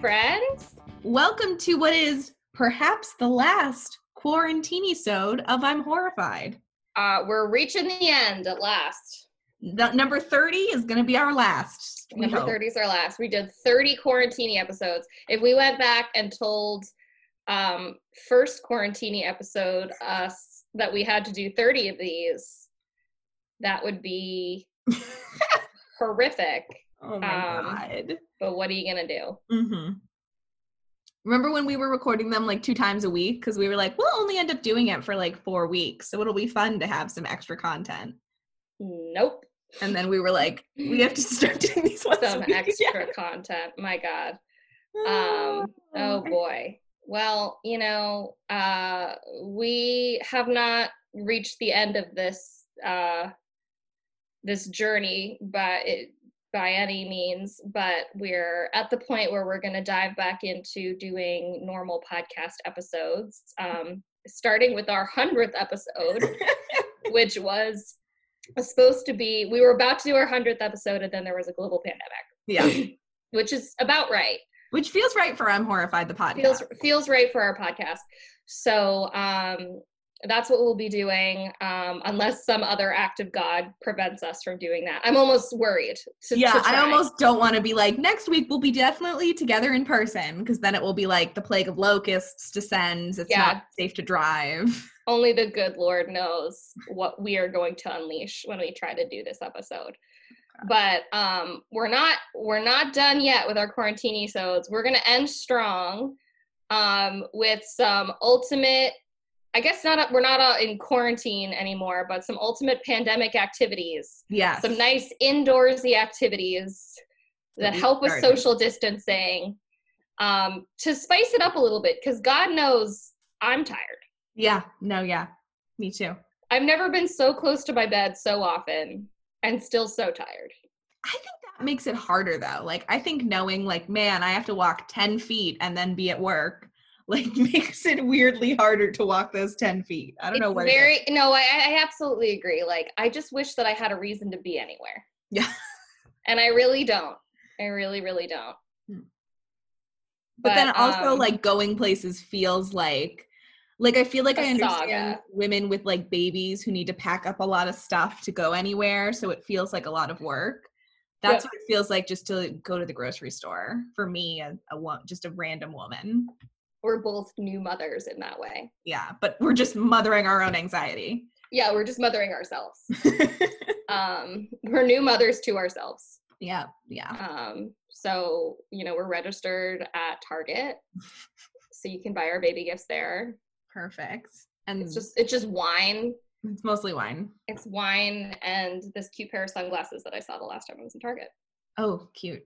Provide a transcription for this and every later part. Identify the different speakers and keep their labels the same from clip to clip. Speaker 1: friends.
Speaker 2: Welcome to what is perhaps the last quarantine episode of I'm Horrified.
Speaker 1: Uh, we're reaching the end at last.
Speaker 2: The, number 30 is going to be our last. we
Speaker 1: Number
Speaker 2: hope.
Speaker 1: 30 is our last. We did 30 quarantini episodes. If we went back and told um, first quarantini episode us that we had to do 30 of these, that would be horrific.
Speaker 2: Oh my
Speaker 1: Um,
Speaker 2: God.
Speaker 1: But what are you going to do?
Speaker 2: hmm Remember when we were recording them like two times a week? Because we were like, we'll only end up doing it for like four weeks. So it'll be fun to have some extra content.
Speaker 1: Nope.
Speaker 2: And then we were like, we have to start doing these once
Speaker 1: Some
Speaker 2: a week
Speaker 1: extra content. My God. Um, Oh boy. Well, you know, uh, we have not reached the end of this uh, this journey, but it, by any means. But we're at the point where we're going to dive back into doing normal podcast episodes, um, starting with our hundredth episode, which was supposed to be. We were about to do our hundredth episode, and then there was a global pandemic,
Speaker 2: Yeah.
Speaker 1: which is about right
Speaker 2: Which feels right for I'm Horrified, the podcast.
Speaker 1: feels feels right for our podcast. So um, that's what we'll be doing, um, unless some other act of God prevents us from doing that. I'm almost worried. To, to
Speaker 2: yeah, I
Speaker 1: try.
Speaker 2: almost don't want to be like next week we'll be definitely together in person because then it will be like the plague of locusts descends. It's
Speaker 1: Yeah.
Speaker 2: not safe to drive.
Speaker 1: only the good Lord knows what we are going to unleash when we try to do this episode. But um, we're not we're not done yet with our quarantini sodes. We're gonna end strong um, with some ultimate. I guess not. We're not uh, in quarantine anymore, but some ultimate pandemic activities
Speaker 2: Yes.
Speaker 1: some nice indoorsy activities
Speaker 2: That
Speaker 1: that
Speaker 2: we
Speaker 1: help with
Speaker 2: started.
Speaker 1: social distancing um, to spice it up a little bit because God knows I'm tired.
Speaker 2: yeah. No. Yeah. Me too.
Speaker 1: I've never been so close to my bed so often and still so tired.
Speaker 2: I think that makes it harder though. Like I think knowing like man, I have to walk ten feet and then be at work. Like makes it weirdly harder to walk those ten feet. I don't know
Speaker 1: It's
Speaker 2: what. it is.
Speaker 1: very no, I, I absolutely agree. Like I just wish that I had a reason to be anywhere.
Speaker 2: Yeah.
Speaker 1: And I really don't. I really, really don't.
Speaker 2: but, then
Speaker 1: But,
Speaker 2: also
Speaker 1: um,
Speaker 2: like going places feels like like i feel like
Speaker 1: A
Speaker 2: i understand
Speaker 1: saga.
Speaker 2: women with like babies who need to pack up a lot of stuff to go anywhere so it feels like a lot of work that's what it feels like just to go to the grocery store for me a, a wo- just a random woman
Speaker 1: We're both new mothers in that way.
Speaker 2: yeah but we're just mothering our own anxiety
Speaker 1: Yeah, we're just mothering ourselves. um, we're new mothers to ourselves.
Speaker 2: yeah yeah
Speaker 1: Um, so you know, we're registered at Target, so you can buy our baby gifts there.
Speaker 2: perfect and
Speaker 1: It's just it's just wine.
Speaker 2: it's mostly wine
Speaker 1: It's wine and this cute pair of sunglasses that I saw the last time I was in Target.
Speaker 2: oh cute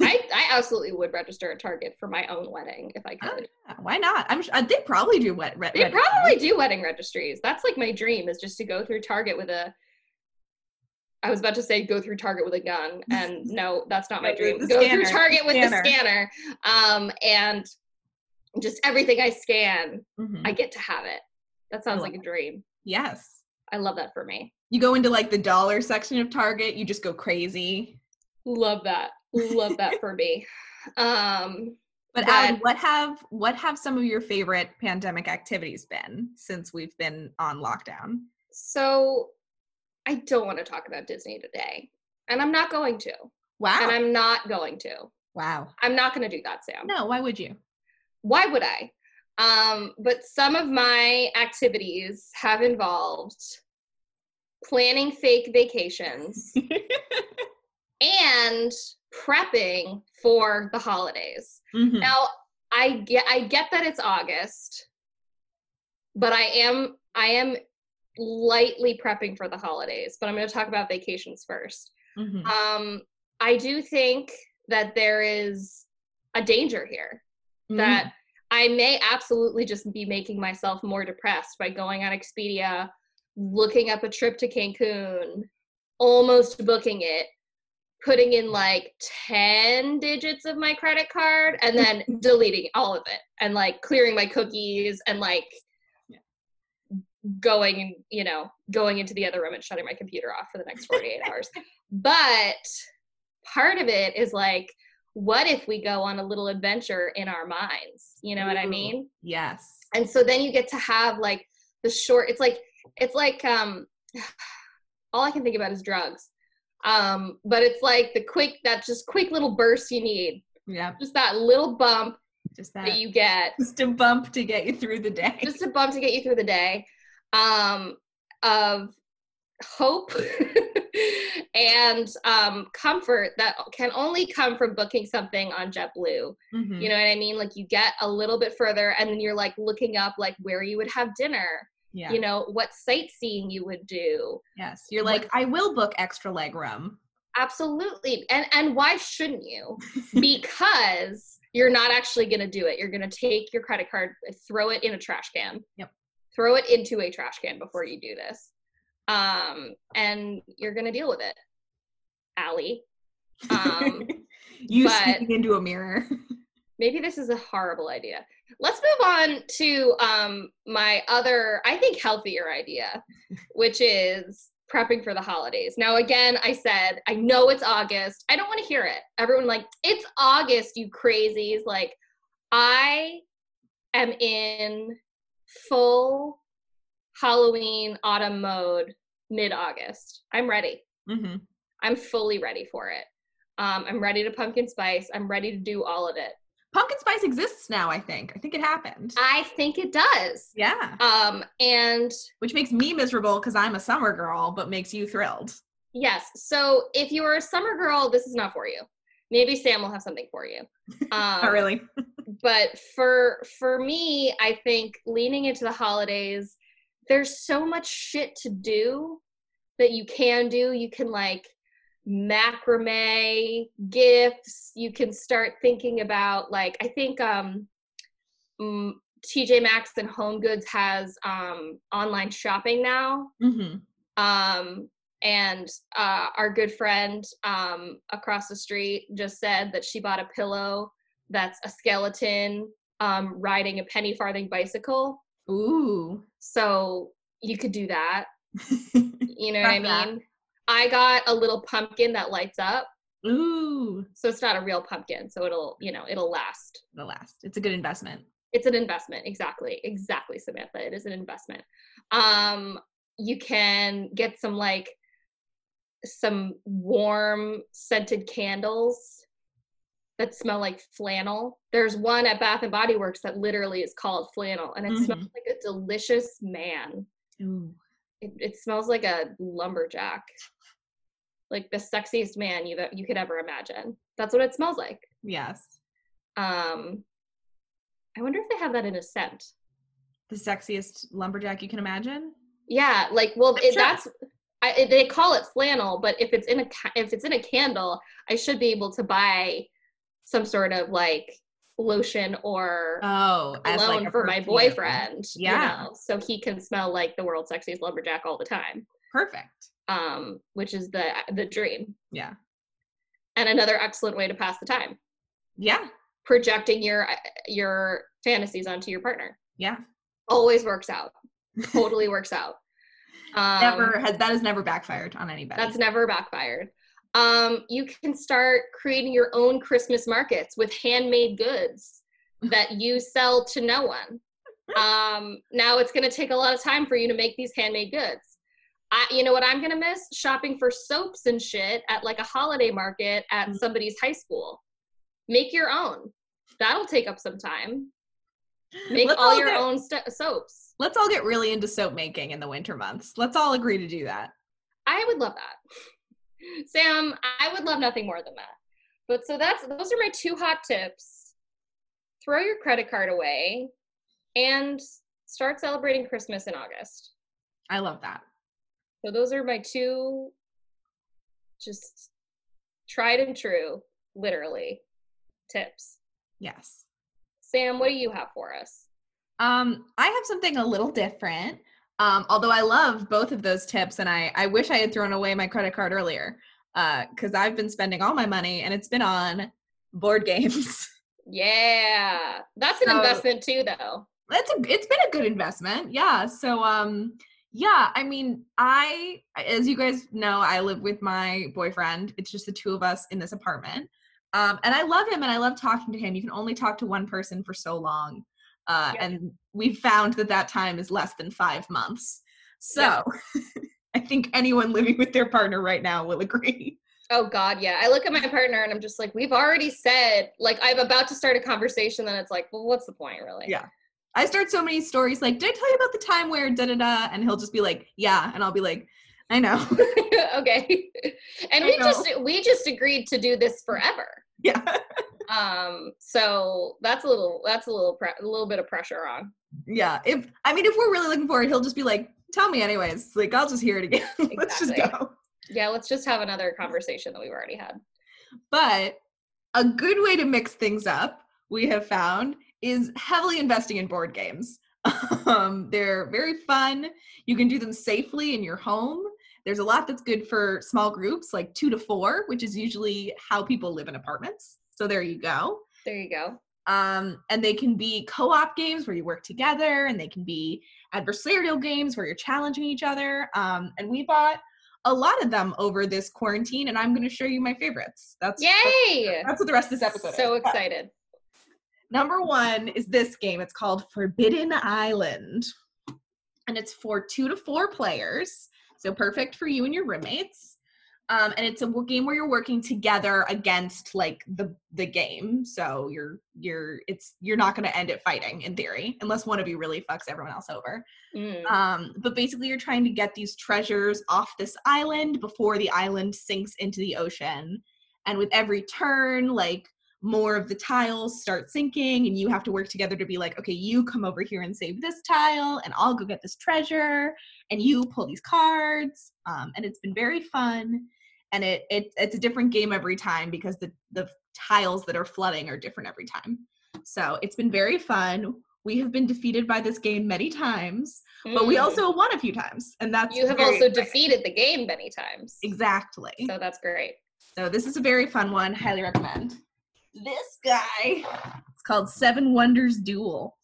Speaker 1: I, I absolutely would register at Target for my own wedding if I could.
Speaker 2: Yeah, Uh, why not i'm sure they probably do wet red
Speaker 1: They probably do wedding registries. That's like my dream is just to go through Target with a I was about to say go through Target with a gun and no, that's not my
Speaker 2: Go through
Speaker 1: dream.
Speaker 2: the
Speaker 1: Go
Speaker 2: scanner,
Speaker 1: through Target with
Speaker 2: scanner.
Speaker 1: the scanner. Um and just everything I scan, I get to have it. That sounds
Speaker 2: love
Speaker 1: like a dream.
Speaker 2: Mm-hmm. yes
Speaker 1: I love that for me.
Speaker 2: You go into like the dollar section of Target, you just go crazy.
Speaker 1: Love that. Love that for me. Um
Speaker 2: But
Speaker 1: Yeah.
Speaker 2: Allie, what have what have some of your favorite pandemic activities been since we've been on lockdown?
Speaker 1: so I don't want to talk about Disney today. And I'm not going to. And Um,
Speaker 2: Wow.
Speaker 1: I'm not going to.
Speaker 2: Wow.
Speaker 1: I'm not going to do that, Sam.
Speaker 2: No, why would you?
Speaker 1: why would I? Um, but some of my activities have involved planning fake vacations and prepping for the holidays.
Speaker 2: Mhm.
Speaker 1: Now, I get I get that it's August, but I am I am lightly prepping for the holidays, but I'm going to talk about vacations first.
Speaker 2: Mhm.
Speaker 1: Um, I do think that there is a danger here
Speaker 2: Mm-hmm.
Speaker 1: that I may absolutely just be making myself more depressed by going on Expedia, looking up a trip to Cancun, almost booking it, putting in like 10 digits of my credit card, and then deleting all of it and like clearing my cookies and like
Speaker 2: Yeah.
Speaker 1: going, you know, going into the other room and shutting my computer off for the next 48 hours. But part of it is like, what if we go on a little adventure in our minds? You know what I
Speaker 2: Ooh,
Speaker 1: mean?
Speaker 2: Yes.
Speaker 1: And so then you get to have like the short it's like it's like um all I can think about is drugs. Um, but it's like the quick that just quick little burst you need.
Speaker 2: Yep.
Speaker 1: Just that little bump
Speaker 2: Just that.
Speaker 1: that you get
Speaker 2: just a bump to get you through the day.
Speaker 1: just a bump to get you through the day um, of hope and um, comfort that can only come from booking something on JetBlue.
Speaker 2: Mhm.
Speaker 1: You know what I mean? Like you get a little bit further and then you're like looking up like where you would have dinner,
Speaker 2: yeah.
Speaker 1: you know, what sightseeing you would do.
Speaker 2: yes. You're
Speaker 1: what-
Speaker 2: like, I will book extra leg room.
Speaker 1: Absolutely. And and why shouldn't you? because you're not actually going to do it. You're going to take your credit card, throw it in a trash can.
Speaker 2: Yep.
Speaker 1: Throw it into a trash can before you do this. Um, and you're going to deal with it. Allie, um,
Speaker 2: you
Speaker 1: but-
Speaker 2: speaking into a mirror.
Speaker 1: maybe this is a horrible idea. Let's move on to um, my other, I think, healthier idea, which is prepping for the holidays. Now, again, I said, I know it's August. I don't want to hear it. Everyone, like, it's August, you crazies. Like, I am in full Halloween autumn mode mid August. I'm ready.
Speaker 2: hmm
Speaker 1: I'm fully ready for it. Um, I'm ready to pumpkin spice. I'm ready to do all of it.
Speaker 2: Pumpkin spice exists now. I think. I think it happened.
Speaker 1: I think it does.
Speaker 2: yeah,
Speaker 1: Um, and
Speaker 2: which makes me miserable because I'm a summer girl, but makes you thrilled.
Speaker 1: yes, so if you are a summer girl, this is not for you. Maybe Sam will have something for you. Um,
Speaker 2: Not really.
Speaker 1: But for for me, I think leaning into the holidays, there's so much shit to do that you can do. You can like macrame gifts. You can start thinking about like I think um, mm, TJ Maxx and Home Goods has um, online shopping now.
Speaker 2: hmm
Speaker 1: um, and uh, our good friend um, across the street just said that she bought a pillow that's a skeleton um, riding a penny farthing bicycle
Speaker 2: Ooh.
Speaker 1: so you could do that you know what i
Speaker 2: Love that.
Speaker 1: mean i got a little pumpkin that lights up
Speaker 2: Ooh.
Speaker 1: so it's not a real pumpkin so it'll you know it'll last
Speaker 2: The last. It's a good investment.
Speaker 1: it's an investment exactly exactly samantha it is an investment um you can get some like some warm scented candles that smell like flannel there's one at bath and body works that literally is called flannel and it smells like a delicious man
Speaker 2: Ooh.
Speaker 1: it, it smells like a lumberjack like the sexiest man you've e, you could ever imagine that's what it smells like
Speaker 2: Yes.
Speaker 1: um i wonder if they have that in a scent
Speaker 2: The sexiest lumberjack you can imagine.
Speaker 1: Yeah, like well,
Speaker 2: I'm
Speaker 1: it,
Speaker 2: sure.
Speaker 1: that's I, it- they call it flannel, but if it's in a ca- if it's in a candle, I should be able to buy some sort of like lotion or
Speaker 2: Oh, as like
Speaker 1: cologne
Speaker 2: a
Speaker 1: for my
Speaker 2: perfume.
Speaker 1: boyfriend. you
Speaker 2: Yeah.
Speaker 1: know, so he can smell like the world's sexiest lumberjack all the time,
Speaker 2: Perfect.
Speaker 1: um, which is the the dream.
Speaker 2: Yeah.
Speaker 1: And another excellent way to pass the time:
Speaker 2: Yeah.
Speaker 1: projecting your uh, your fantasies onto your partner.
Speaker 2: Yeah.
Speaker 1: Always works out. Totally works out. Um,
Speaker 2: never has that has never backfired on anybody.
Speaker 1: That's never backfired. Um, you can start creating your own Christmas markets with handmade goods that you sell to no one. Um, now it's going to take a lot of time for you to make these handmade goods. I, you know what I'm going to miss? Shopping for soaps and shit at like a holiday market at
Speaker 2: Mhm.
Speaker 1: somebody's high school. Make your own. That'll take up some time. Make
Speaker 2: Let's
Speaker 1: all
Speaker 2: all
Speaker 1: your
Speaker 2: get-
Speaker 1: own st- soaps.
Speaker 2: Let's all get really into soap making in the winter months. Let's all agree to do that.
Speaker 1: I would love that. Sam, I would love nothing more than that. But so that's those are my two hot tips. Throw your credit card away and start celebrating Christmas in August.
Speaker 2: I love that.
Speaker 1: So those are my two just tried and true, literally, tips.
Speaker 2: Yes.
Speaker 1: Sam, what do you have for us?
Speaker 2: Um, I have something a little different. Um, although I love both of those tips, and I I wish I had thrown away my credit card earlier, because I've been spending all my money, and it's been on board games.
Speaker 1: Yeah. That's an
Speaker 2: So-
Speaker 1: investment too though.
Speaker 2: that's a, it's been a good investment yeah so um yeah i mean i as you guys know i live with my boyfriend it's just the two of us in this apartment Um, and I love him and I love talking to him. You can only talk to one person for so long. Uh,
Speaker 1: Yeah.
Speaker 2: And we've found that that time is less than five months. So
Speaker 1: Yeah.
Speaker 2: I think anyone living with their partner right now will agree.
Speaker 1: Oh God, yeah. I look at my partner and I'm just like, we've already said, like, I'm about to start a conversation, then it's like, well, what's the point, really?
Speaker 2: Yeah. I start so many stories like, Did I tell you about the time where da da da? And he'll just be like, Yeah. And I'll be like, I know.
Speaker 1: okay. And
Speaker 2: I
Speaker 1: we
Speaker 2: know.
Speaker 1: just we just agreed to do this forever.
Speaker 2: yeah.
Speaker 1: Um, so that's a little that's a little pre- a little bit of pressure on.
Speaker 2: Yeah. If I mean, if we're really looking for it, he'll just be like, "Tell me, anyways." Like, I'll just hear it again. Let's just
Speaker 1: Exactly.
Speaker 2: go.
Speaker 1: Yeah, let's just have another conversation that we've already had.
Speaker 2: But a good way to mix things up, we have found, is heavily investing in board games. Um, they're very fun. You can do them safely in your home. There's a lot that's good for small groups, like two to four, which is usually how people live in apartments. So there you go.
Speaker 1: There you go.
Speaker 2: Um, and they can be co op games where you work together, and they can be adversarial games where you're challenging each other. Um, and we bought a lot of them over this quarantine, and I'm going to show you my favorites. That's
Speaker 1: Yay!
Speaker 2: That's what the rest of this episode
Speaker 1: So
Speaker 2: is.
Speaker 1: excited.
Speaker 2: Number one is this game. It's called Forbidden Island, and it's for two to four players, so perfect for you and your roommates. Um, and it's a w- game where you're working together against like the the game. So you're you're it's you're not going to end it fighting in theory, unless one of you really fucks everyone else over.
Speaker 1: Mm.
Speaker 2: Um, but basically, you're trying to get these treasures off this island before the island sinks into the ocean. And with every turn, like more of the tiles start sinking, and you have to work together to be like, okay, you come over here and save this tile, and I'll go get this treasure, and you pull these cards. Um, and it's been very fun. And it, it it's a different game every time because the the tiles that are flooding are different every time. So it's been very fun. We have been defeated by this game many times but we
Speaker 1: Mm.
Speaker 2: also won a few times and that's
Speaker 1: you have
Speaker 2: very
Speaker 1: also
Speaker 2: exciting.
Speaker 1: defeated the game many times.
Speaker 2: exactly
Speaker 1: So that's great.
Speaker 2: so this is a very fun one highly recommend this guy it's called seven wonders duel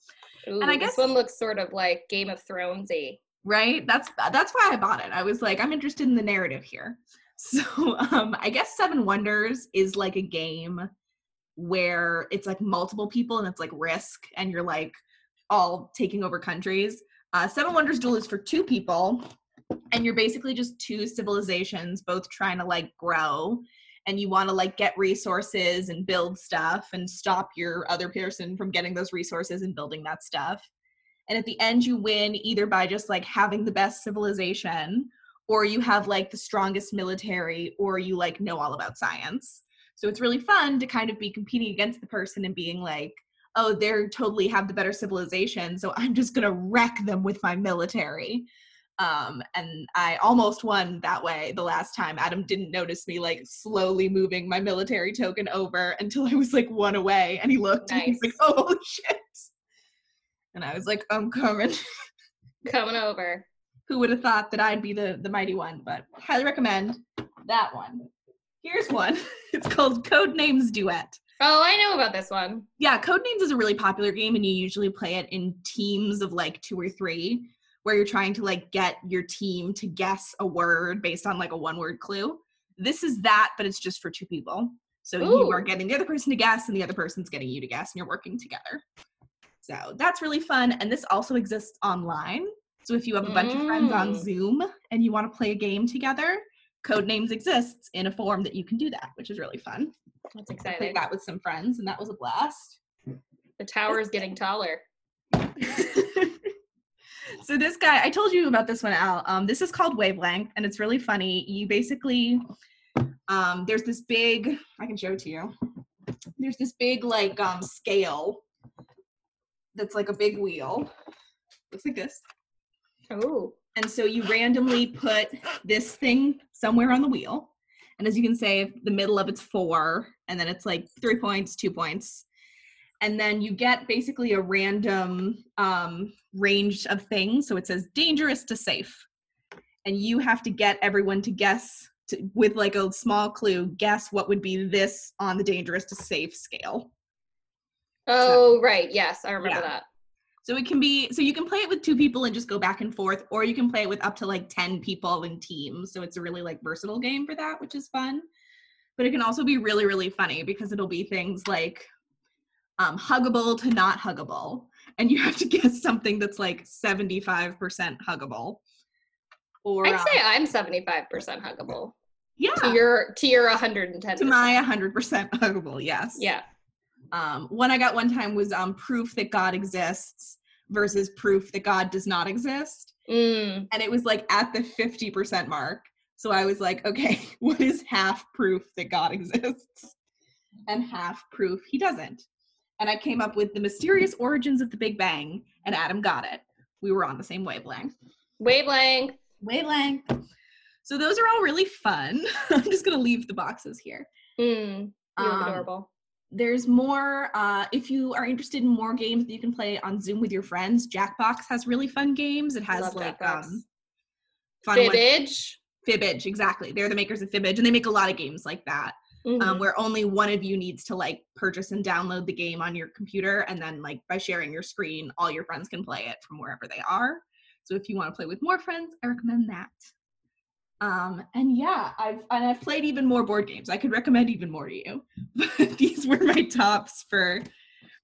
Speaker 1: Ooh,
Speaker 2: I
Speaker 1: this
Speaker 2: guess-
Speaker 1: one looks sort of like Game of Thronesy.
Speaker 2: right that's that's why i bought it i was like i'm interested in the narrative here so um i guess seven wonders is like a game where it's like multiple people and it's like risk and you're like all taking over countries uh seven wonders duel is for two people and you're basically just two civilizations both trying to like grow and you want to like get resources and build stuff and stop your other person from getting those resources and building that stuff and at the end you win either by just like having the best civilization or you have like the strongest military or you like know all about science so it's really fun to kind of be competing against the person and being like oh they're totally have the better civilization so i'm just going to wreck them with my military um, and i almost won that way the last time adam didn't notice me like slowly moving my military token over until i was like one away and he looked and he's
Speaker 1: Nice.
Speaker 2: like oh holy shit and i was like i'm coming
Speaker 1: Coming over.
Speaker 2: who would have thought that I'd be the the mighty one, but highly recommend that one. Here's one. It's called Codenames Duet.
Speaker 1: Oh, I know about this one.
Speaker 2: Yeah, Codenames is a really popular game and you usually play it in teams of like 2 or 3 where you're trying to like get your team to guess a word based on like a one word clue. This is that, but it's just for two people. So you
Speaker 1: Ooh.
Speaker 2: are getting the other person to guess and the other person's getting you to guess and you're working together. So that's really fun and this also exists online. So if you have a bunch of friends
Speaker 1: Mm.
Speaker 2: on Zoom and you want to play a game together, Codenames exists in a form that you can do that, which is really fun.
Speaker 1: That's
Speaker 2: I played
Speaker 1: exciting.
Speaker 2: that with some friends and that was a blast.
Speaker 1: The tower is getting taller.
Speaker 2: so this guy, I told you about this one, Al. Um, this is called Wavelength, and it's really funny. You basically, um, there's this big. I can show it to you. There's this big like um scale that's like a big wheel. Looks like this.
Speaker 1: Ooh.
Speaker 2: And so you randomly put this thing somewhere on the wheel. And as you can say, if the middle of it's four, and then it's like three points, two points. And then you get basically a random um, range of things. So it says dangerous to safe. And you have to get everyone to guess, to, with like a small clue, guess what would be this on the dangerous to safe scale.
Speaker 1: Oh, right. Yes, I remember
Speaker 2: Yeah.
Speaker 1: that.
Speaker 2: So it can be so you can play it with two people and just go back and forth, or you can play it with up to like ten people in teams. So it's a really like versatile game for that, which is fun. but it can also be really really funny because it'll be things like um, huggable to not huggable and you have to guess something that's like 75% huggable or
Speaker 1: I'd
Speaker 2: um,
Speaker 1: say I'm 75% huggable.
Speaker 2: yeah
Speaker 1: To your to your 110.
Speaker 2: to my 100% huggable yes
Speaker 1: yeah.
Speaker 2: um, one i got one time was um, proof that god exists versus proof that god does not exist
Speaker 1: Mm,
Speaker 2: and it was like at the 50% mark so i was like okay what is half proof that god exists and half proof he doesn't and i came up with the mysterious origins of the big bang and adam got it we were on the same wavelength
Speaker 1: wavelength.
Speaker 2: wavelength so those are all really fun i'm just going to leave the boxes here
Speaker 1: Mm, you look
Speaker 2: Um,
Speaker 1: adorable.
Speaker 2: there's more uh, if you are interested in more games that you can play on zoom with your friends jackbox has really fun games it has
Speaker 1: Love
Speaker 2: like
Speaker 1: Jackbox.
Speaker 2: um fun ones-
Speaker 1: Fibbage.
Speaker 2: fibbage exactly they're the makers of fibbage and they make a lot of games like that um,
Speaker 1: Mhm.
Speaker 2: where only one of you needs to like purchase and download the game on your computer and then like by sharing your screen all your friends can play it from wherever they are so if you want to play with more friends i recommend that um, and yeah i've and i've played even more board games i could recommend even more to you but these were my tops for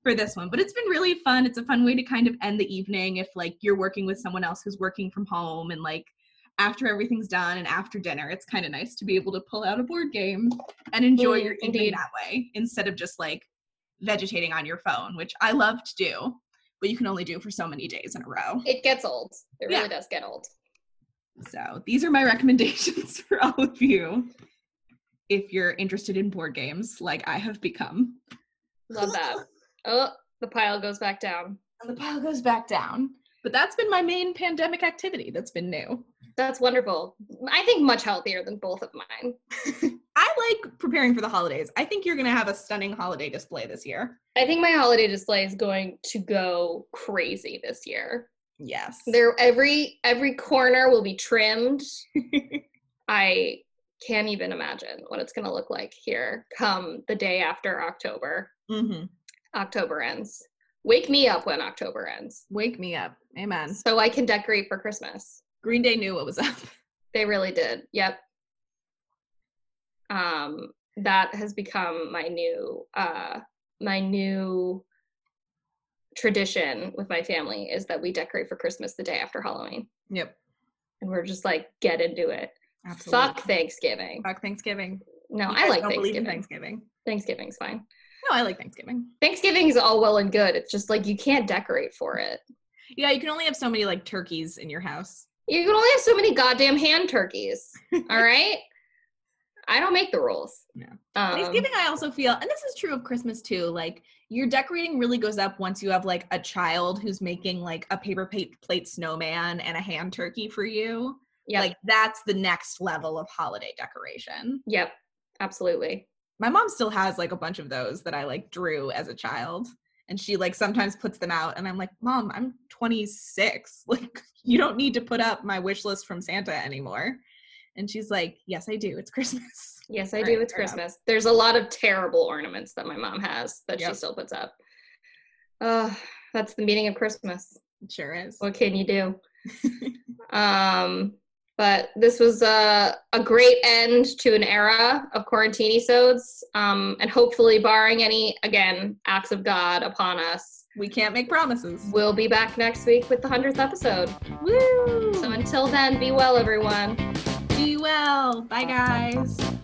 Speaker 2: for this one but it's been really fun it's a fun way to kind of end the evening if like you're working with someone else who's working from home and like after everything's done and after dinner it's kind of nice to be able to pull out a board game and enjoy
Speaker 1: Mm,
Speaker 2: your evening
Speaker 1: indeed.
Speaker 2: that way instead of just like vegetating on your phone which i love to do but you can only do for so many days in a row
Speaker 1: It gets old. It
Speaker 2: Yeah.
Speaker 1: really does get old.
Speaker 2: so these are my recommendations for all of you if you're interested in board games like i have become
Speaker 1: Love that. Oh, the pile goes back down.
Speaker 2: and the pile goes back down. But that's been my main pandemic activity that's been new.
Speaker 1: That's wonderful. I think much healthier than both of mine.
Speaker 2: I like preparing for the holidays. I think you're going to have a stunning holiday display this year.
Speaker 1: I think my holiday display is going to go crazy this year.
Speaker 2: Yes.
Speaker 1: There every every corner will be trimmed. I can't even imagine what it's going to look like here come the day after October.
Speaker 2: hmm
Speaker 1: October ends. Wake me up when October ends
Speaker 2: Wake me up. Amen.
Speaker 1: so I can decorate for Christmas.
Speaker 2: Green Day knew what was up.
Speaker 1: They really did. Yep. Um that has become my new uh my new tradition with my family is that we decorate for Christmas the day after Halloween.
Speaker 2: Yep.
Speaker 1: And we're just like get into it. Fuck Thanksgiving.
Speaker 2: Fuck Thanksgiving.
Speaker 1: No,
Speaker 2: You
Speaker 1: I
Speaker 2: guys
Speaker 1: like
Speaker 2: don't believe in
Speaker 1: Thanksgiving.
Speaker 2: Thanksgiving.
Speaker 1: Thanksgiving's fine.
Speaker 2: No, I like Thanksgiving.
Speaker 1: Thanksgiving's all well and good. It's just like you can't decorate for it.
Speaker 2: Yeah, you can only have so many like turkeys in your house.
Speaker 1: You can only have so many goddamn hand turkeys. All right? I don't make the rules.
Speaker 2: No.
Speaker 1: Um,
Speaker 2: Thanksgiving, I also feel, and this is true of Christmas too, like your decorating really goes up once you have like a child who's making like a paper pa- plate snowman and a hand turkey for you.
Speaker 1: Yep.
Speaker 2: Like that's the next level of holiday decoration.
Speaker 1: Yep, absolutely.
Speaker 2: My mom still has like a bunch of those that I like drew as a child. And she like sometimes puts them out, and I'm like, Mom, I'm 26. Like, you don't need to put up my wish list from Santa anymore. And she's like, Yes, I do. It's Christmas.
Speaker 1: Yes, I
Speaker 2: All
Speaker 1: do.
Speaker 2: right,
Speaker 1: It's
Speaker 2: fair enough.
Speaker 1: Christmas. There's a lot of terrible ornaments that my mom has that she
Speaker 2: Yep.
Speaker 1: still puts up. Oh, that's the meaning of Christmas.
Speaker 2: It sure is.
Speaker 1: What can you do? um, but this was a, a great end to an era of quarantine episodes, um, and hopefully, barring any again acts of God upon us,
Speaker 2: We can't make promises.
Speaker 1: we'll be back next week with the hundredth episode.
Speaker 2: Woo! Hmm.
Speaker 1: So until then, be well, everyone.
Speaker 2: do you well. Bye, guys.